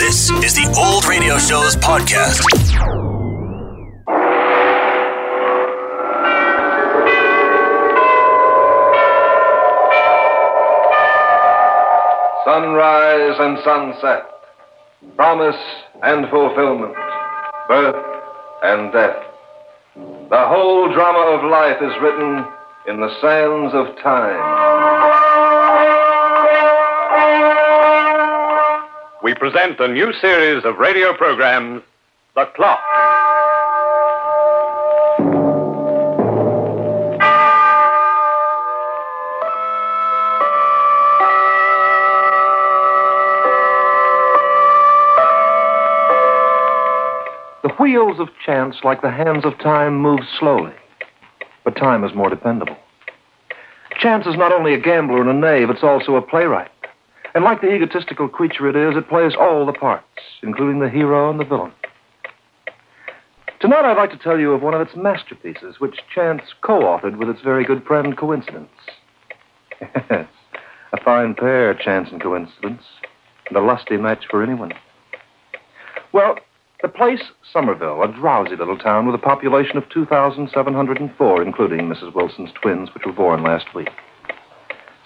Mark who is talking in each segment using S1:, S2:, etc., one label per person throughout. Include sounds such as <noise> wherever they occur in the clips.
S1: This is the Old Radio Show's podcast.
S2: Sunrise and sunset, promise and fulfillment, birth and death. The whole drama of life is written in the sands of time.
S3: we present a new series of radio programs, The Clock.
S4: The wheels of chance, like the hands of time, move slowly, but time is more dependable. Chance is not only a gambler and a knave, it's also a playwright. And like the egotistical creature it is, it plays all the parts, including the hero and the villain. Tonight I'd like to tell you of one of its masterpieces, which Chance co authored with its very good friend Coincidence. Yes, a fine pair, Chance and Coincidence, and a lusty match for anyone. Well, the place, Somerville, a drowsy little town with a population of 2,704, including Mrs. Wilson's twins, which were born last week.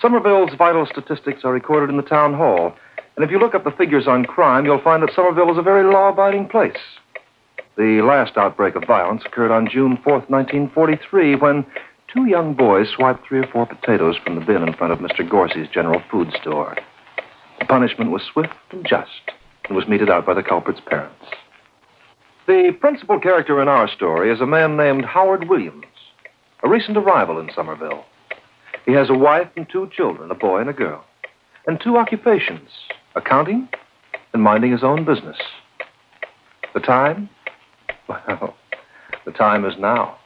S4: Somerville's vital statistics are recorded in the town hall, and if you look up the figures on crime, you'll find that Somerville is a very law abiding place. The last outbreak of violence occurred on June 4th, 1943, when two young boys swiped three or four potatoes from the bin in front of Mr. Gorsey's general food store. The punishment was swift and just, and was meted out by the culprit's parents. The principal character in our story is a man named Howard Williams, a recent arrival in Somerville. He has a wife and two children, a boy and a girl, and two occupations accounting and minding his own business. The time? <laughs> Well, the time is now.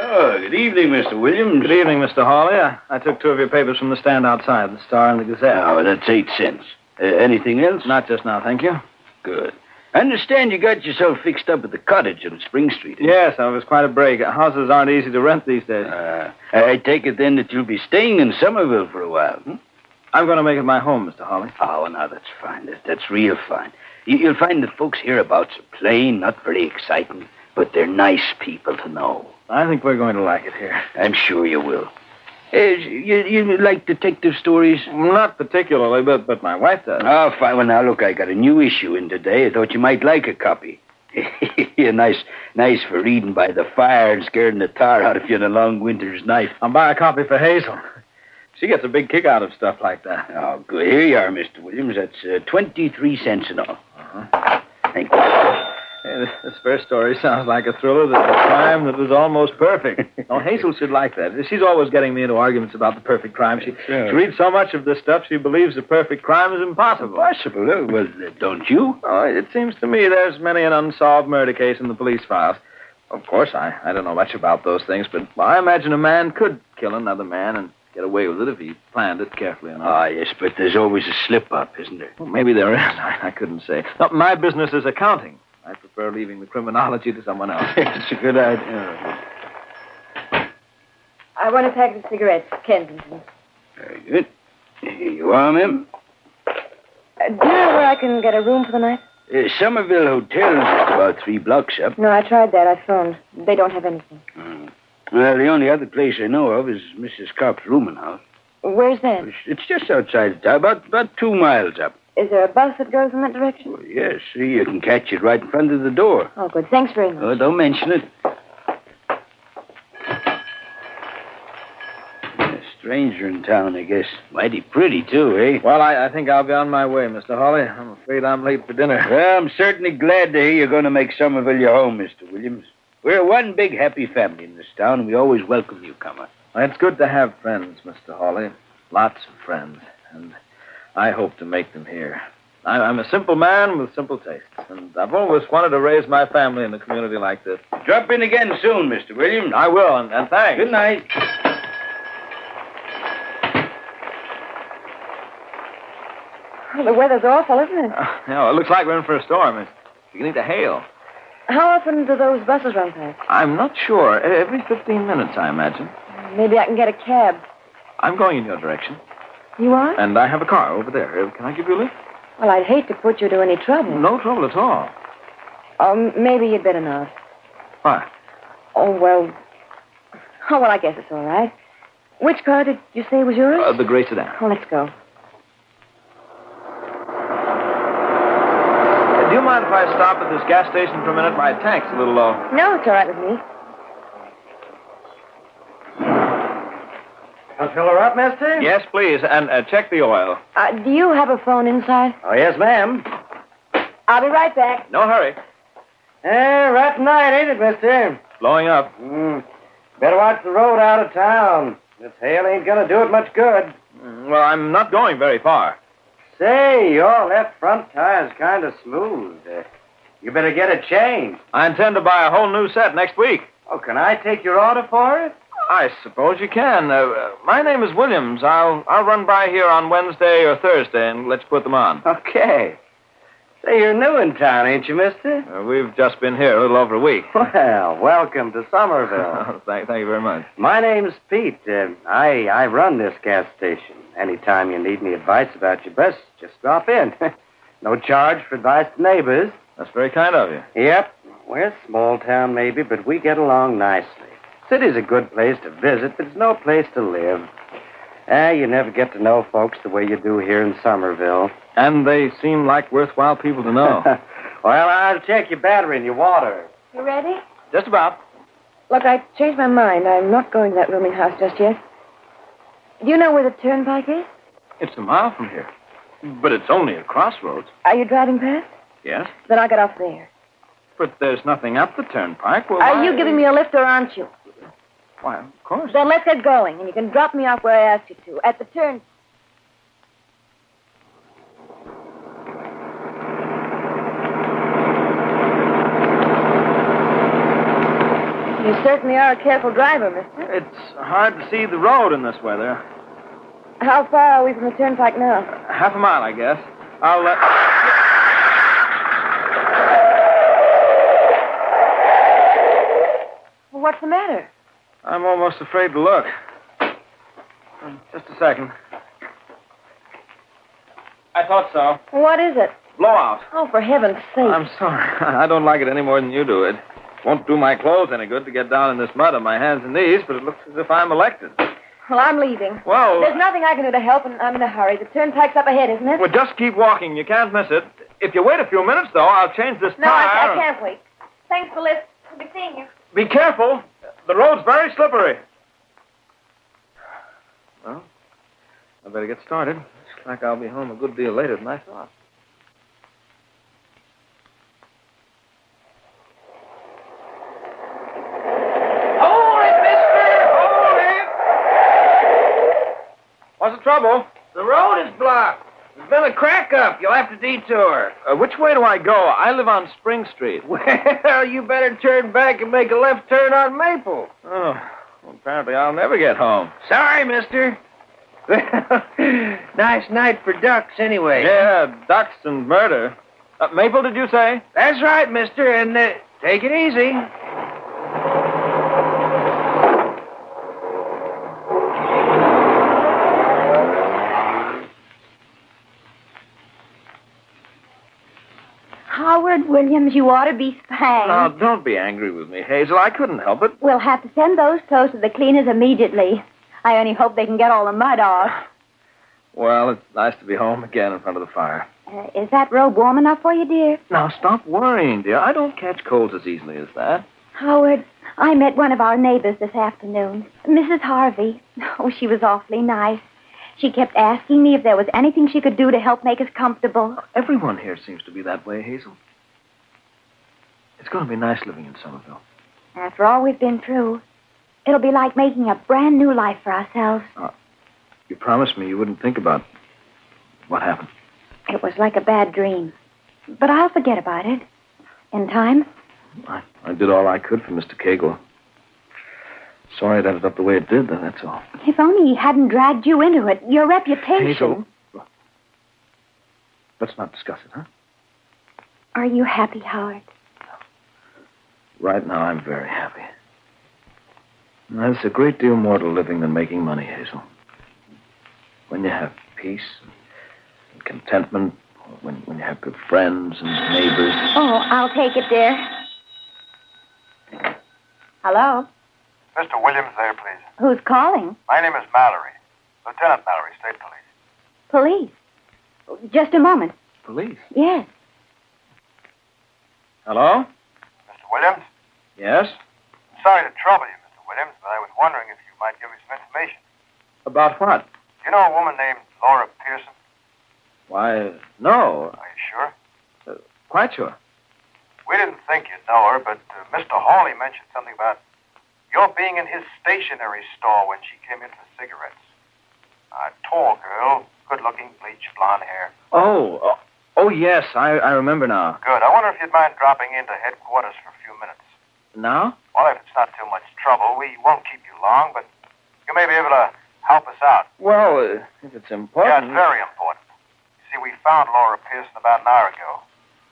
S5: Oh, good evening, Mr. Williams.
S6: Good evening, Mr. Hawley. I, I took two of your papers from the stand outside, the Star and the Gazette.
S5: Oh, that's eight cents. Uh, anything else?
S6: Not just now, thank you.
S5: Good. I understand you got yourself fixed up at the cottage on Spring Street. eh?
S6: Yes, I was quite a break. Houses aren't easy to rent these days.
S5: Uh, I I take it then that you'll be staying in Somerville for a while. Hmm?
S6: I'm going to make it my home, Mr. Hawley.
S5: Oh, now that's fine. That, that's real fine. You, you'll find that folks hereabouts are plain, not very exciting, but they're nice people to know.
S6: I think we're going to like it here.
S5: I'm sure you will. Uh, you, you like detective stories?
S6: Not particularly, but, but my wife does.
S5: Oh, fine. Well, now look, I got a new issue in today. I thought you might like a copy. <laughs> You're nice, nice for reading by the fire and scaring the tar out of you in a long winter's night.
S6: I'll buy a copy for Hazel. She gets a big kick out of stuff like that.
S5: Oh, good. Here you are, Mr. Williams. That's uh, 23 cents in all. Thank you.
S6: Hey, this, this first story sounds like a thriller that's a crime that was almost
S3: <laughs>
S6: perfect. oh, Hazel should like that. She's always getting me into arguments about the perfect crime. She,
S5: Sure.
S6: she reads so much of this stuff, she believes the perfect crime is impossible.
S5: Possible. uh, Well, uh, don't you?
S6: Oh, it seems to me there's many an unsolved murder case in the police files. Of course, I, I don't know much about those things, but I imagine a man could kill another man and get away with it if he planned it carefully enough.
S5: Ah, yes, but there's always a slip up, isn't there?
S6: Well, maybe there is. <laughs> I, I couldn't say. No, my business is accounting. I prefer leaving the criminology to someone else.
S5: it's a good idea.
S7: I want a pack of cigarettes, Kensington.
S5: Very good. Here you are, ma'am.
S7: Uh, do you know where I can get a room for the night?
S5: Uh, Somerville Hotel is just about three blocks up. Hmm.
S7: No, I tried that. I phoned. They don't have anything.
S5: Well, the only other place I know of is Mrs. Copp's rooming house.
S7: Where's that?
S5: It's, it's just outside the town, about, about two miles up.
S7: Is there a bus that goes in that direction?
S5: Well, yes, see, you can catch it right in front of the door.
S7: Oh, good. Thanks very much.
S5: Oh, don't mention it. A stranger in town, I guess. Mighty pretty, too, eh?
S6: Well, I, I think I'll be on my way, Mr. Hawley. I'm afraid I'm late for dinner.
S5: Well, I'm certainly glad to hear you're going to make Somerville your home, Mr. Williams. We're one big happy family in this town, and we always welcome you, comer.
S6: It's good to have friends, Mr. Hawley. Lots of friends. And I hope to make them here. I- I'm a simple man with simple tastes. And I've always wanted to raise my family in a community like this.
S5: Drop in again soon, Mr. Williams.
S6: I will, and, and thanks. <laughs>
S5: Good night.
S7: Well, the weather's awful, isn't it?
S6: Uh, yeah, it looks like we're in for a storm. It's beginning to hail.
S7: How often do those buses run past?
S6: I'm not sure. E- Every 15 minutes, I imagine.
S7: Maybe I can get a cab.
S6: I'm going in your direction,
S7: You are?
S6: and I have a car over there. Uh, Can I give you a lift?
S7: Well, I'd hate to put you to any trouble.
S6: No trouble at all.
S7: Um, maybe you'd better not.
S6: Why?
S7: Oh, well. Oh, well, I guess it's all right. Which car did you say was yours?
S6: Uh, the gray sedan.
S7: Oh, let's go.
S6: Uh, do you mind if I stop at this gas station for a minute? My tank's a little low.
S7: No, it's all right with me.
S5: I'll fill her up, mister?
S6: Yes, please, and uh, check the oil.
S7: Uh, do you have a phone inside?
S5: Oh, yes, ma'am.
S7: I'll be right back.
S6: No hurry.
S5: Eh, rotten night, ain't it, mister?
S6: Blowing up.
S5: Mm. Better watch the road out of town. This hail ain't gonna do it much good.
S6: Mm, Well, I'm not going very far.
S5: Say, your left front tire's kind of smooth. Uh, you better get it changed.
S6: I intend to buy a whole new set next week.
S5: Oh, can I take your order for it? <laughs>
S6: I suppose you can. Uh, uh, my name is Williams. I'll I'll run by here on Wednesday or Thursday and let you put them on.
S5: Okay. Say, you're new in town, ain't you, mister?
S6: Uh, we've just been here a little over a week.
S5: <laughs>
S6: <laughs> Oh,
S5: Well, welcome to Somerville.
S6: thank, thank you very much.
S5: <laughs> My name's Pete. Uh, I, I run this gas station. Anytime you need any advice about your bus, just drop in. <laughs> no charge for advice to neighbors.
S6: That's very kind of you.
S5: Yep. We're a small town, maybe, but we get along nicely. City's a good place to visit, but it's no place to live. Ah, you never get to know folks the way you do here in Somerville.
S6: And they seem like worthwhile people to
S7: <laughs>
S6: know.
S5: <laughs> well, I'll check your battery and your water.
S7: You ready?
S6: just about.
S7: Look, I changed my mind. I'm not going to that rooming house just yet. Do you know where the turnpike is?
S6: It's a mile from here. But it's only a crossroads.
S7: Are you driving past?
S6: Yes.
S7: Then I'll get off there.
S6: But there's nothing up the turnpike. Well,
S7: Are
S6: why-
S7: you giving me a lift or aren't you?
S6: Why, of course.
S7: Then let's get going, and you can drop me off where I asked you to, at the turn. You certainly are a careful driver, mister.
S6: It's hard to see the road in this weather.
S7: How far are we from the turnpike now?
S6: Half a mile, I guess. I'll uh, let.
S7: Well, what's the matter?
S6: I'm almost afraid to look. Um, Just a second. I thought so.
S7: What is it?
S6: Blowout.
S7: Oh, for heaven's sake.
S6: I'm sorry. <laughs> I don't like it any more than you do. It won't do my clothes any good to get down in this mud on my hands and knees, but it looks as if I'm elected.
S7: Well, I'm leaving.
S6: Well,
S7: There's nothing I can do to help, and I'm in a hurry. The turnpike's up ahead, isn't it?
S6: well, just keep walking. You can't miss it. If you wait a few minutes, though, I'll change this
S7: no,
S6: tire.
S7: I, I can't wait. Thanks for listening. I'll be seeing you.
S6: Be careful. The road's very slippery. Well, I better get started. Looks like I'll be home a good deal later than I thought. Hold it, mister! Hold it! What's the trouble? The road is blocked. There's been a crack up. You'll have to detour. Uh, which way do I go? I live on Spring Street. <laughs> Well, you better turn back and make a left turn on Maple. Oh, well, apparently I'll never get home.
S5: Sorry, mister. nice night for ducks, anyway.
S6: Yeah, ducks and murder. Uh, Maple, did you say?
S5: That's right, mister, and uh, take it easy.
S8: Howard Williams, you ought to be spanked.
S6: Now, don't be angry with me, Hazel. I couldn't help it.
S8: We'll have to send those clothes to the cleaners immediately. I only hope they can get all the mud off.
S6: Well, it's nice to be home again in front of the fire.
S8: Uh, is that robe warm enough for you, dear?
S6: Now, stop worrying, dear. I don't catch colds as easily as that.
S8: Howard, I met one of our neighbors this afternoon, Mrs. Harvey. Oh, she was awfully nice. She kept asking me if there was anything she could do to help make us comfortable.
S6: Everyone here seems to be that way, Hazel. It's going to be nice living in Somerville.
S8: After all we've been through, it'll be like making a brand new life for ourselves.
S6: You promised me you wouldn't think about what happened.
S8: It was like a bad dream. But I'll forget about it. In time.
S6: I, I did all I could for Mr. Cagle. Sorry it ended up the way it did, though, that's all.
S8: If only he hadn't dragged you into it, your reputation.
S6: Hazel, let's not discuss it, huh?
S8: Are you happy, Howard?
S6: Right now, I'm very happy. That's a great deal more to living than making money, Hazel. When you have peace and contentment, when, when you have good friends and neighbors.
S8: Oh, I'll take it, dear. Hello?
S9: Mr. Williams there, please.
S8: Who's calling?
S9: My name is Mallory. Lieutenant Mallory, State Police.
S8: Police. Just a moment.
S6: Police.
S8: Yes.
S6: Hello?
S9: Mr. Williams?
S6: Yes?
S9: Sorry to trouble you, Mr. Williams, but I was wondering if you might give me some information.
S6: About what?
S9: Do you know a woman named Laura Pearson?
S6: Why, no.
S9: Are you sure?
S6: Quite sure.
S9: We didn't think you'd know her, but uh, Mr. Hawley mentioned something about your being in his stationery store when she came in for cigarettes. A tall girl, good looking, bleached blonde hair.
S6: Oh, oh, oh yes, I, I remember now.
S9: Good. I wonder if you'd mind dropping into headquarters for a few minutes.
S6: Now?
S9: Well, if it's not too much trouble, we won't keep you long, but you may be able to help us out.
S6: Well, uh, if it's
S9: Yeah,
S6: important.
S9: it's very important. You see, we found Laura Pearson about an hour ago.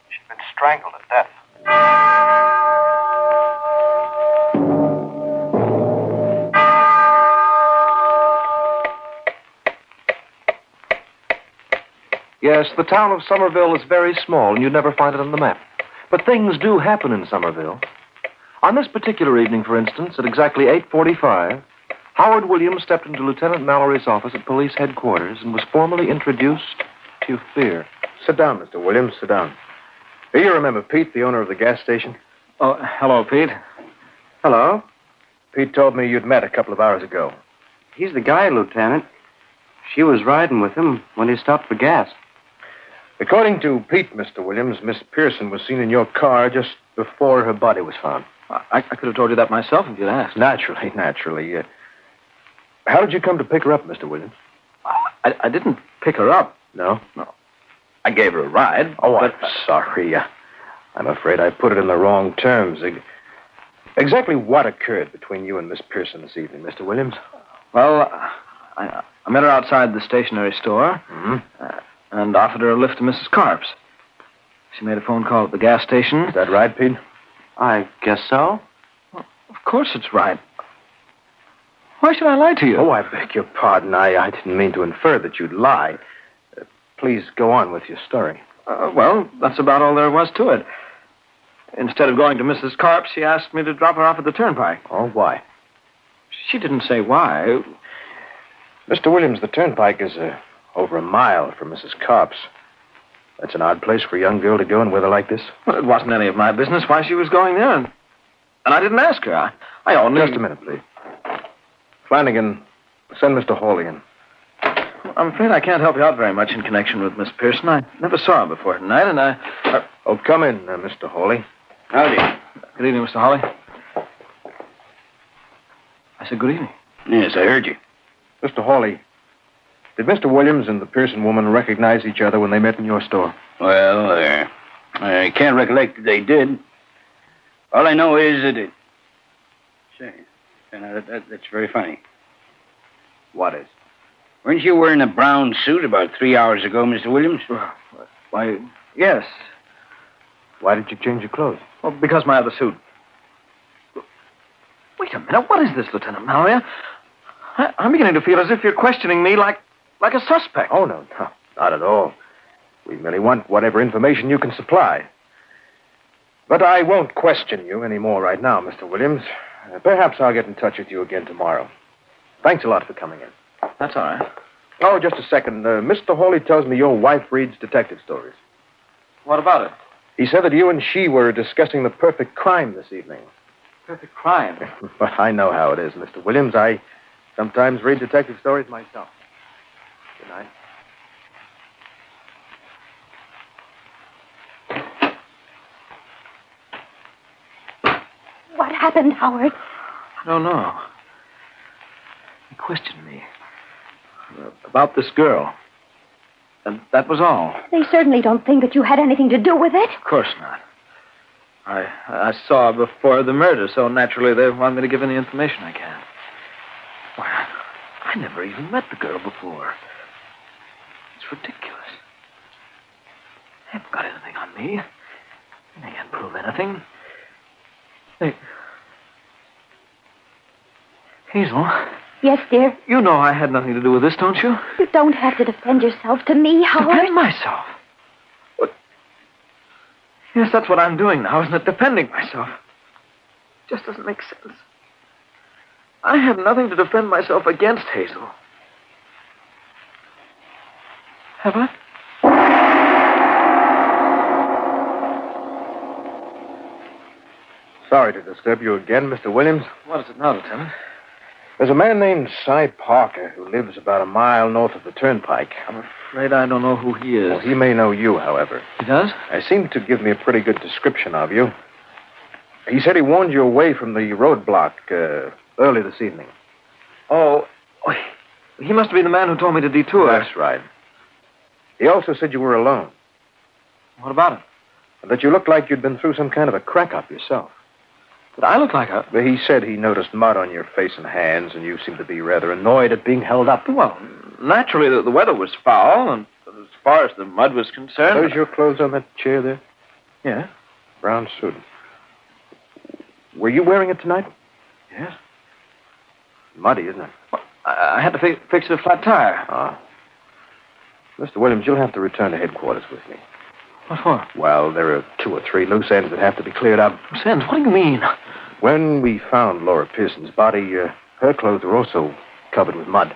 S9: She'd been strangled to death.
S10: Yes, the town of Somerville is very small, and you'd never find it on the map. But things do happen in Somerville. On this particular evening, for instance, at exactly 8.45, Howard Williams stepped into Lieutenant Mallory's office at police headquarters and was formally introduced to fear.
S4: Sit down, Mr. Williams. Sit down. Do you remember Pete, the owner of the gas station?
S6: Oh, hello, Pete.
S4: Hello. Pete told me you'd met a couple of hours ago.
S5: He's the guy, Lieutenant. She was riding with him when he stopped for gas.
S4: According to Pete, Mr. Williams, Miss Pearson was seen in your car just before her body was found.
S6: I, I could have told you that myself if you'd asked.
S4: Naturally, <laughs> naturally. Uh, how did you come to pick her up, Mr. Williams?
S6: I, I didn't pick her up.
S4: No?
S6: I gave her a ride.
S4: Oh,
S6: but,
S4: I'm sorry. Uh, I'm afraid I put it in the wrong terms. Ex- Exactly what occurred between you and Miss Pearson this evening, Mr. Williams?
S6: Well, I, I met her outside the stationery store
S4: Mhm.
S6: uh, and offered her a lift to Mrs. Carp's. She made a phone call at the gas station.
S4: Is that right, Pete?
S5: I guess so.
S6: Of course it's right. Why should I lie to you?
S4: Oh, I beg your pardon. I, I didn't mean to infer that you'd lie. Uh, please go on with your story.
S6: Uh, well, that's about all there was to it. Instead of going to Mrs. Carp's, she asked me to drop her off at the turnpike.
S4: Oh, why?
S6: She didn't say why.
S4: Mr. Williams, the turnpike is uh, over a mile from Mrs. Copp's. That's an odd place for a young girl to go in weather like this.
S6: Well, it wasn't any of my business why she was going there, and, and I didn't ask her. I, I only.
S4: Just a minute, please. Flanagan, send Mr. Hawley in.
S6: I'm afraid I can't help you out very much in connection with Miss Pearson. I never saw her before tonight, and I. I-
S4: Oh, come in, uh, Mr. Hawley.
S5: Howdy.
S6: good evening, Mr. Holly. I said good evening.
S5: Yes, I heard you.
S4: Mr. Hawley, did Mr. Williams and the Pearson woman recognize each other when they met in your store?
S5: Well, uh, I can't recollect that they did. All I know is that it. Say, you know, that, that, that's very funny. What is? Weren't you wearing a brown suit about three hours ago, Mr. Williams?
S6: Why, yes.
S4: Why did you change your clothes?
S6: Well, because my other suit. Wait a minute. What is this, Lieutenant Mallory? I, I'm beginning to feel as if you're questioning me like, like a suspect.
S4: Oh, no, no, not at all. We merely want whatever information you can supply. But I won't question you any more right now, Mr. Williams. Uh, Perhaps I'll get in touch with you again tomorrow. Thanks a lot for coming in.
S6: that's all right.
S4: Oh, just a second. Uh, Mr. Hawley tells me your wife reads detective stories.
S6: What about it?
S4: He said that you and she were discussing the perfect crime this evening.
S6: Perfect crime.
S4: <laughs> Well, I know how it is, Mr. Williams. I sometimes read detective stories myself. Good night.
S8: What happened, Howard?
S6: I don't know. He questioned me Uh, about this girl. And that was all.
S8: They certainly don't think that you had anything to do with it.
S6: Of course not. I I saw her before the murder, so naturally they want me to give any information I can. Why, I never even met the girl before. It's ridiculous. They haven't got anything on me. They can't prove anything. They.
S11: Hazel,
S8: Yes, dear.
S11: you know I had nothing to do with this, don't you?
S8: You don't have to defend yourself to me, Howard.
S11: Defend myself? Yes, that's what I'm doing now, isn't it? Defending myself. Just doesn't make sense. I have nothing to defend myself against, Hazel. Have I?
S4: Sorry to disturb you again, Mr. Williams.
S11: What is it now, Lieutenant?
S4: There's a man named Cy Parker who lives about a mile north of the turnpike.
S11: I'm afraid I don't know who he is.
S4: Well, he may know you, however.
S11: He does?
S4: I seem to give me a pretty good description of you. He said he warned you away from the roadblock uh, early this evening.
S11: Oh, oh, he must be the man who told me to detour.
S4: That's right. He also said you were alone
S11: What about it?
S4: and that you looked like you'd been through some kind of a crack up yourself.
S11: Did I look like a.
S4: But he said he noticed mud on your face and hands, and you seemed to be rather annoyed at being held up.
S11: Well, naturally, the, the weather was foul, and as far as the mud was concerned.
S4: Are those your clothes on that chair there?
S11: Yeah.
S4: Brown suit. Were you wearing it tonight?
S11: Yes.
S4: Muddy, isn't it?
S11: I, I had to fi- fix a flat tire.
S4: Ah. Mr. Williams, you'll have to return to headquarters with me.
S11: What for?
S4: Well, there are two or three loose ends that have to be cleared up.
S11: Sins, what do you mean?
S4: When we found Laura Pearson's body, uh, her clothes were also covered with mud.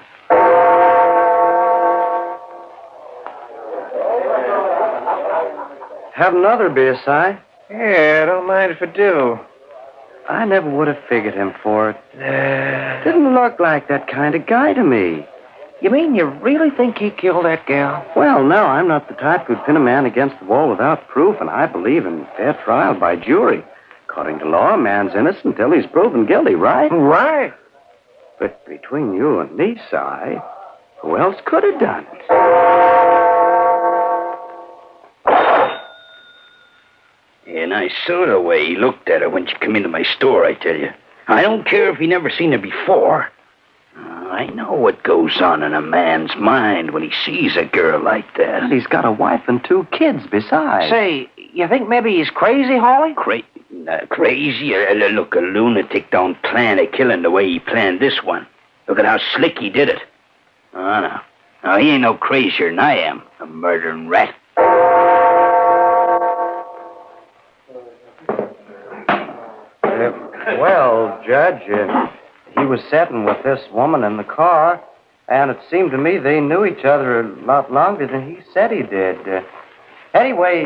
S12: Have another beer, Si.
S4: Yeah, don't mind if I do.
S12: I never would have figured him for it. Didn't look like that kind of guy to me.
S11: You mean you really think he killed that gal?
S12: Well, no, I'm not the type who'd pin a man against the wall without proof, and I believe in fair trial by jury. According to law, a man's innocent till he's proven guilty, right?
S11: Right.
S12: But between you and me, Si, who else could have done it?
S5: And I saw the way he looked at her when she came into my store, I tell you. I don't care if he never seen her before. Uh, I know what goes on in a man's mind when he sees a girl like that.
S12: He's got a wife and two kids besides.
S11: Say, you think maybe he's crazy, Hawley?
S5: Cra- uh, crazy? Uh, uh, look, a lunatic don't plan a killing the way he planned this one. Look at how slick he did it. Oh, no. No, he ain't no crazier than I am, a murdering rat.
S12: Uh, well, Judge, uh, he was sitting with this woman in the car, and it seemed to me they knew each other a lot longer than he said he did. Uh, anyway,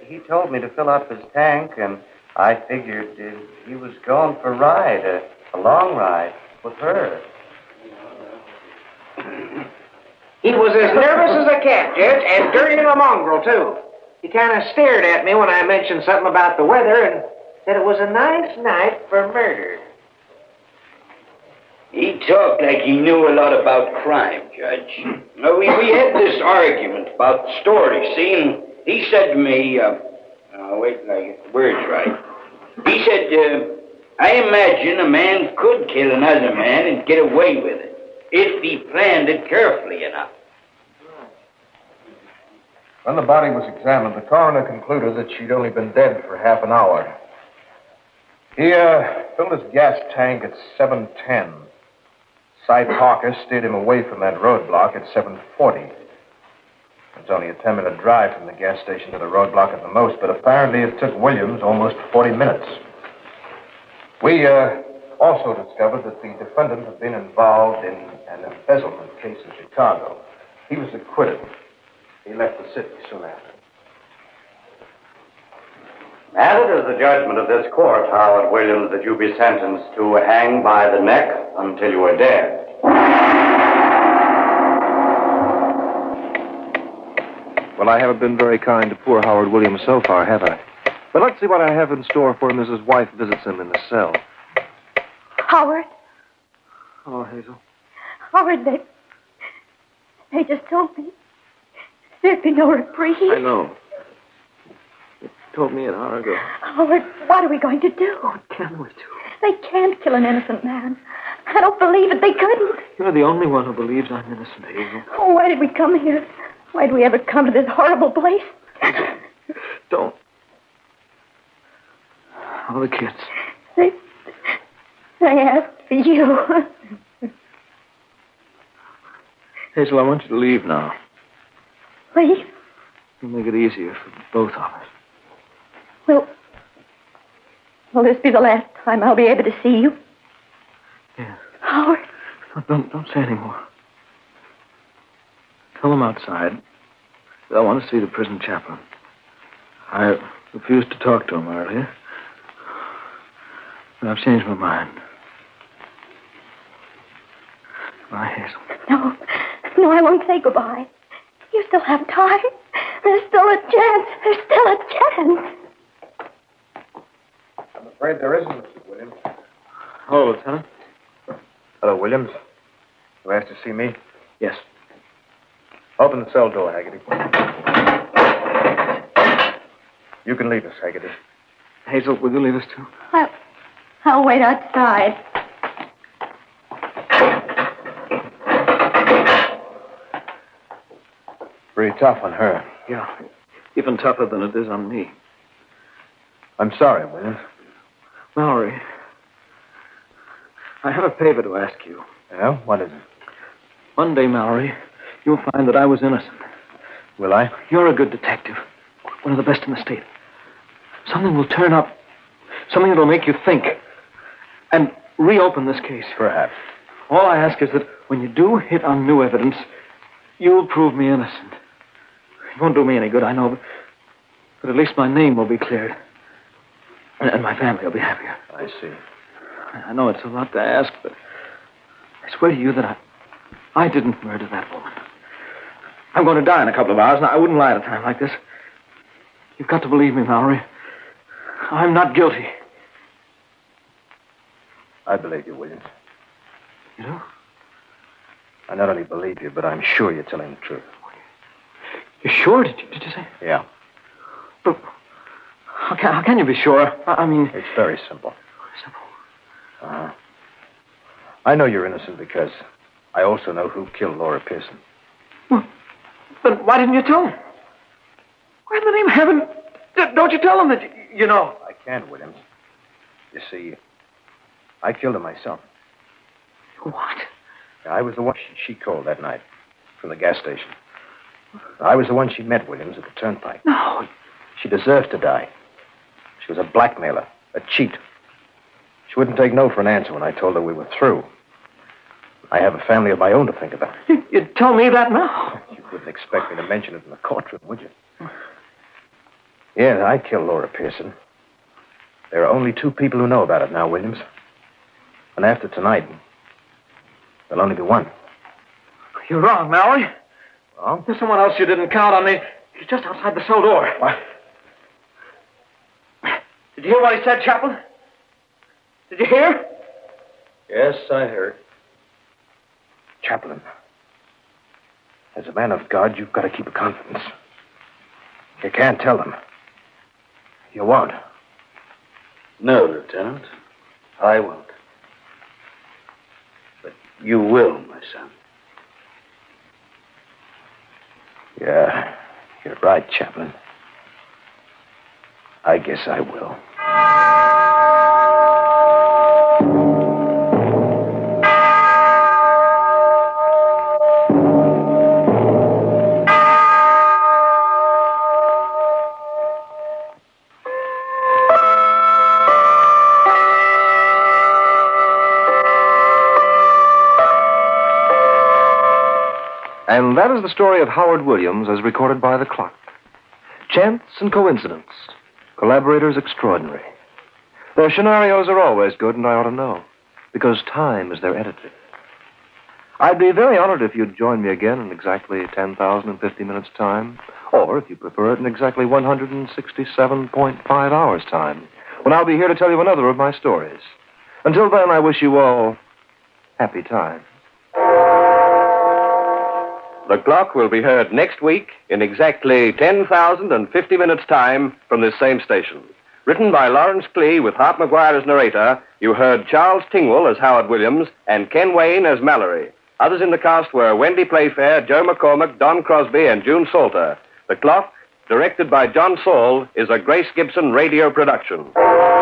S12: uh, he he told me to fill up his tank, and I figured uh, he was going for a ride, a, a long ride, with her.
S13: He was as nervous as a cat, Judge, and dirty as a mongrel, too. He kind of stared at me when I mentioned something about the weather and said it was a nice night for murder.
S5: He talked like he knew a lot about crime, Judge.
S12: Hmm.
S5: Uh, we, we had this argument about the story, see? And he said to me, uh, uh, wait, like, word's right. He said, uh, I imagine a man could kill another man and get away with it if he planned it carefully enough.
S4: When the body was examined, the coroner concluded that she'd only been dead for half an hour. He uh, filled his gas tank at 7.10. Cy Parker steered him away from that roadblock at 7.40. It's only a 10-minute drive from the gas station to the roadblock at the most, but apparently it took Williams almost 40 minutes. We uh, also discovered that the defendant had been involved in an embezzlement case in Chicago. He was acquitted. He left the city soon after.
S12: And it is the judgment of this court, Howard Williams, that you be sentenced to hang by the neck until you are dead.
S10: Well, I haven't been very kind to poor Howard Williams so far, have I? But let's see what I have in store for him as his wife visits him in the cell.
S8: Howard,
S11: Oh, Hazel.
S8: Howard, they. They just told me there'd be no reprieve.
S11: I know. You told me an hour ago.
S8: Howard, what are we going to do? What
S11: can we do?
S8: They can't kill an innocent man. I don't believe it. They couldn't.
S11: You're the only one who believes I'm innocent, Hazel.
S8: Oh, why did we come here? Why did we ever come to this horrible place?
S11: Don't. All the kids.
S8: They, I asked for you. <laughs>
S6: Hazel, I want you to leave now.
S8: Please.
S6: It'll make it easier for both of us.
S8: Will. Will this be the last time I'll be able to see you?
S6: Yes.
S8: Howard.
S6: No, Don't, don't say any more. Tell them outside that I want to see the prison chaplain. I refused to talk to him earlier, but I've changed my mind. Bye, Hazel.
S8: No. No, I won't say goodbye. You still have time. There's still a chance. There's still a chance.
S4: I'm afraid there isn't, Mr. Williams.
S6: Hello, Lieutenant.
S4: Hello, Williams. You asked to see me?
S6: Yes.
S4: Open the cell door, Haggerty. You can leave us, Haggerty.
S6: Hazel, will you leave us too?
S8: I'll, I'll wait outside.
S4: Pretty tough on her.
S6: Yeah. Even tougher than it is on me.
S4: I'm sorry, Williams.
S6: Mallory, I have a favor to ask you.
S4: Yeah? What is it?
S6: One day, Mallory, you'll find that I was innocent.
S4: Will I?
S6: You're a good detective, one of the best in the state. Something will turn up, something that'll make you think and reopen this case.
S4: Perhaps.
S6: All I ask is that when you do hit on new evidence, you'll prove me innocent. It won't do me any good, I know, but, but at least my name will be cleared. And, and my family will be happier.
S4: I see.
S6: I I know it's a lot to ask, but I swear to you that I, I didn't murder that woman. I'm going to die in a couple of hours, and I wouldn't lie at a time like this. You've got to believe me, Mallory. I'm not guilty.
S4: I believe you, Williams.
S6: You do?
S4: I not only believe you, but I'm sure you're telling the truth.
S6: You're sure? Did you, did you say?
S4: Yeah.
S6: But how can, how can you be sure? I, I mean,
S4: It's very simple.
S6: Simple.
S4: Uh-huh. I know you're innocent because I also know who killed Laura Pearson.
S6: but why didn't you tell him? Why in the name of heaven? d- Don't you tell him that you, you know?
S4: I can't, Williams. You see, I killed her myself.
S6: What?
S4: I was the one she, she called that night from the gas station. I was the one she met, Williams, at the turnpike.
S6: No.
S4: She deserved to die. She was a blackmailer, a cheat. She wouldn't take no for an answer when I told her we were through. I have a family of my own to think about.
S6: You, you'd tell me that now?
S4: You wouldn't expect me to mention it in the courtroom, would you? Yeah, I killed Laura Pearson. There are only two people who know about it now, Williams. And after tonight, there'll only be one.
S6: You're wrong, Mallory.
S4: Wrong?
S6: There's someone else you didn't count on. He- He's just outside the cell door.
S4: What?
S6: Did you hear what he said, Chaplain? Did you hear?
S4: Yes, I heard. Chaplain, as a man of God, you've got to keep a confidence. You can't tell them. You won't.
S14: No, Lieutenant. I won't. But you will, my son.
S4: Yeah, you're right, Chaplain. I guess I will.
S15: And that is the story of Howard Williams as recorded by the clock. Chance and coincidence. Collaborators extraordinary. Their scenarios are always good, and I ought to know, because time is their editor. I'd be very honored if you'd join me again in exactly 10,050 minutes' time, or if you prefer it, in exactly 167.5 hours' time, when I'll be here to tell you another of my stories. Until then, I wish you all happy times.
S16: The clock will be heard next week in exactly 10,050 minutes' time from this same station. Written by Lawrence Clee with Hart McGuire as narrator, you heard Charles Tingwell as Howard Williams and Ken Wayne as Mallory. Others in the cast were Wendy Playfair, Joe McCormick, Don Crosby, and June Salter. The clock, directed by John Saul, is a Grace Gibson radio production.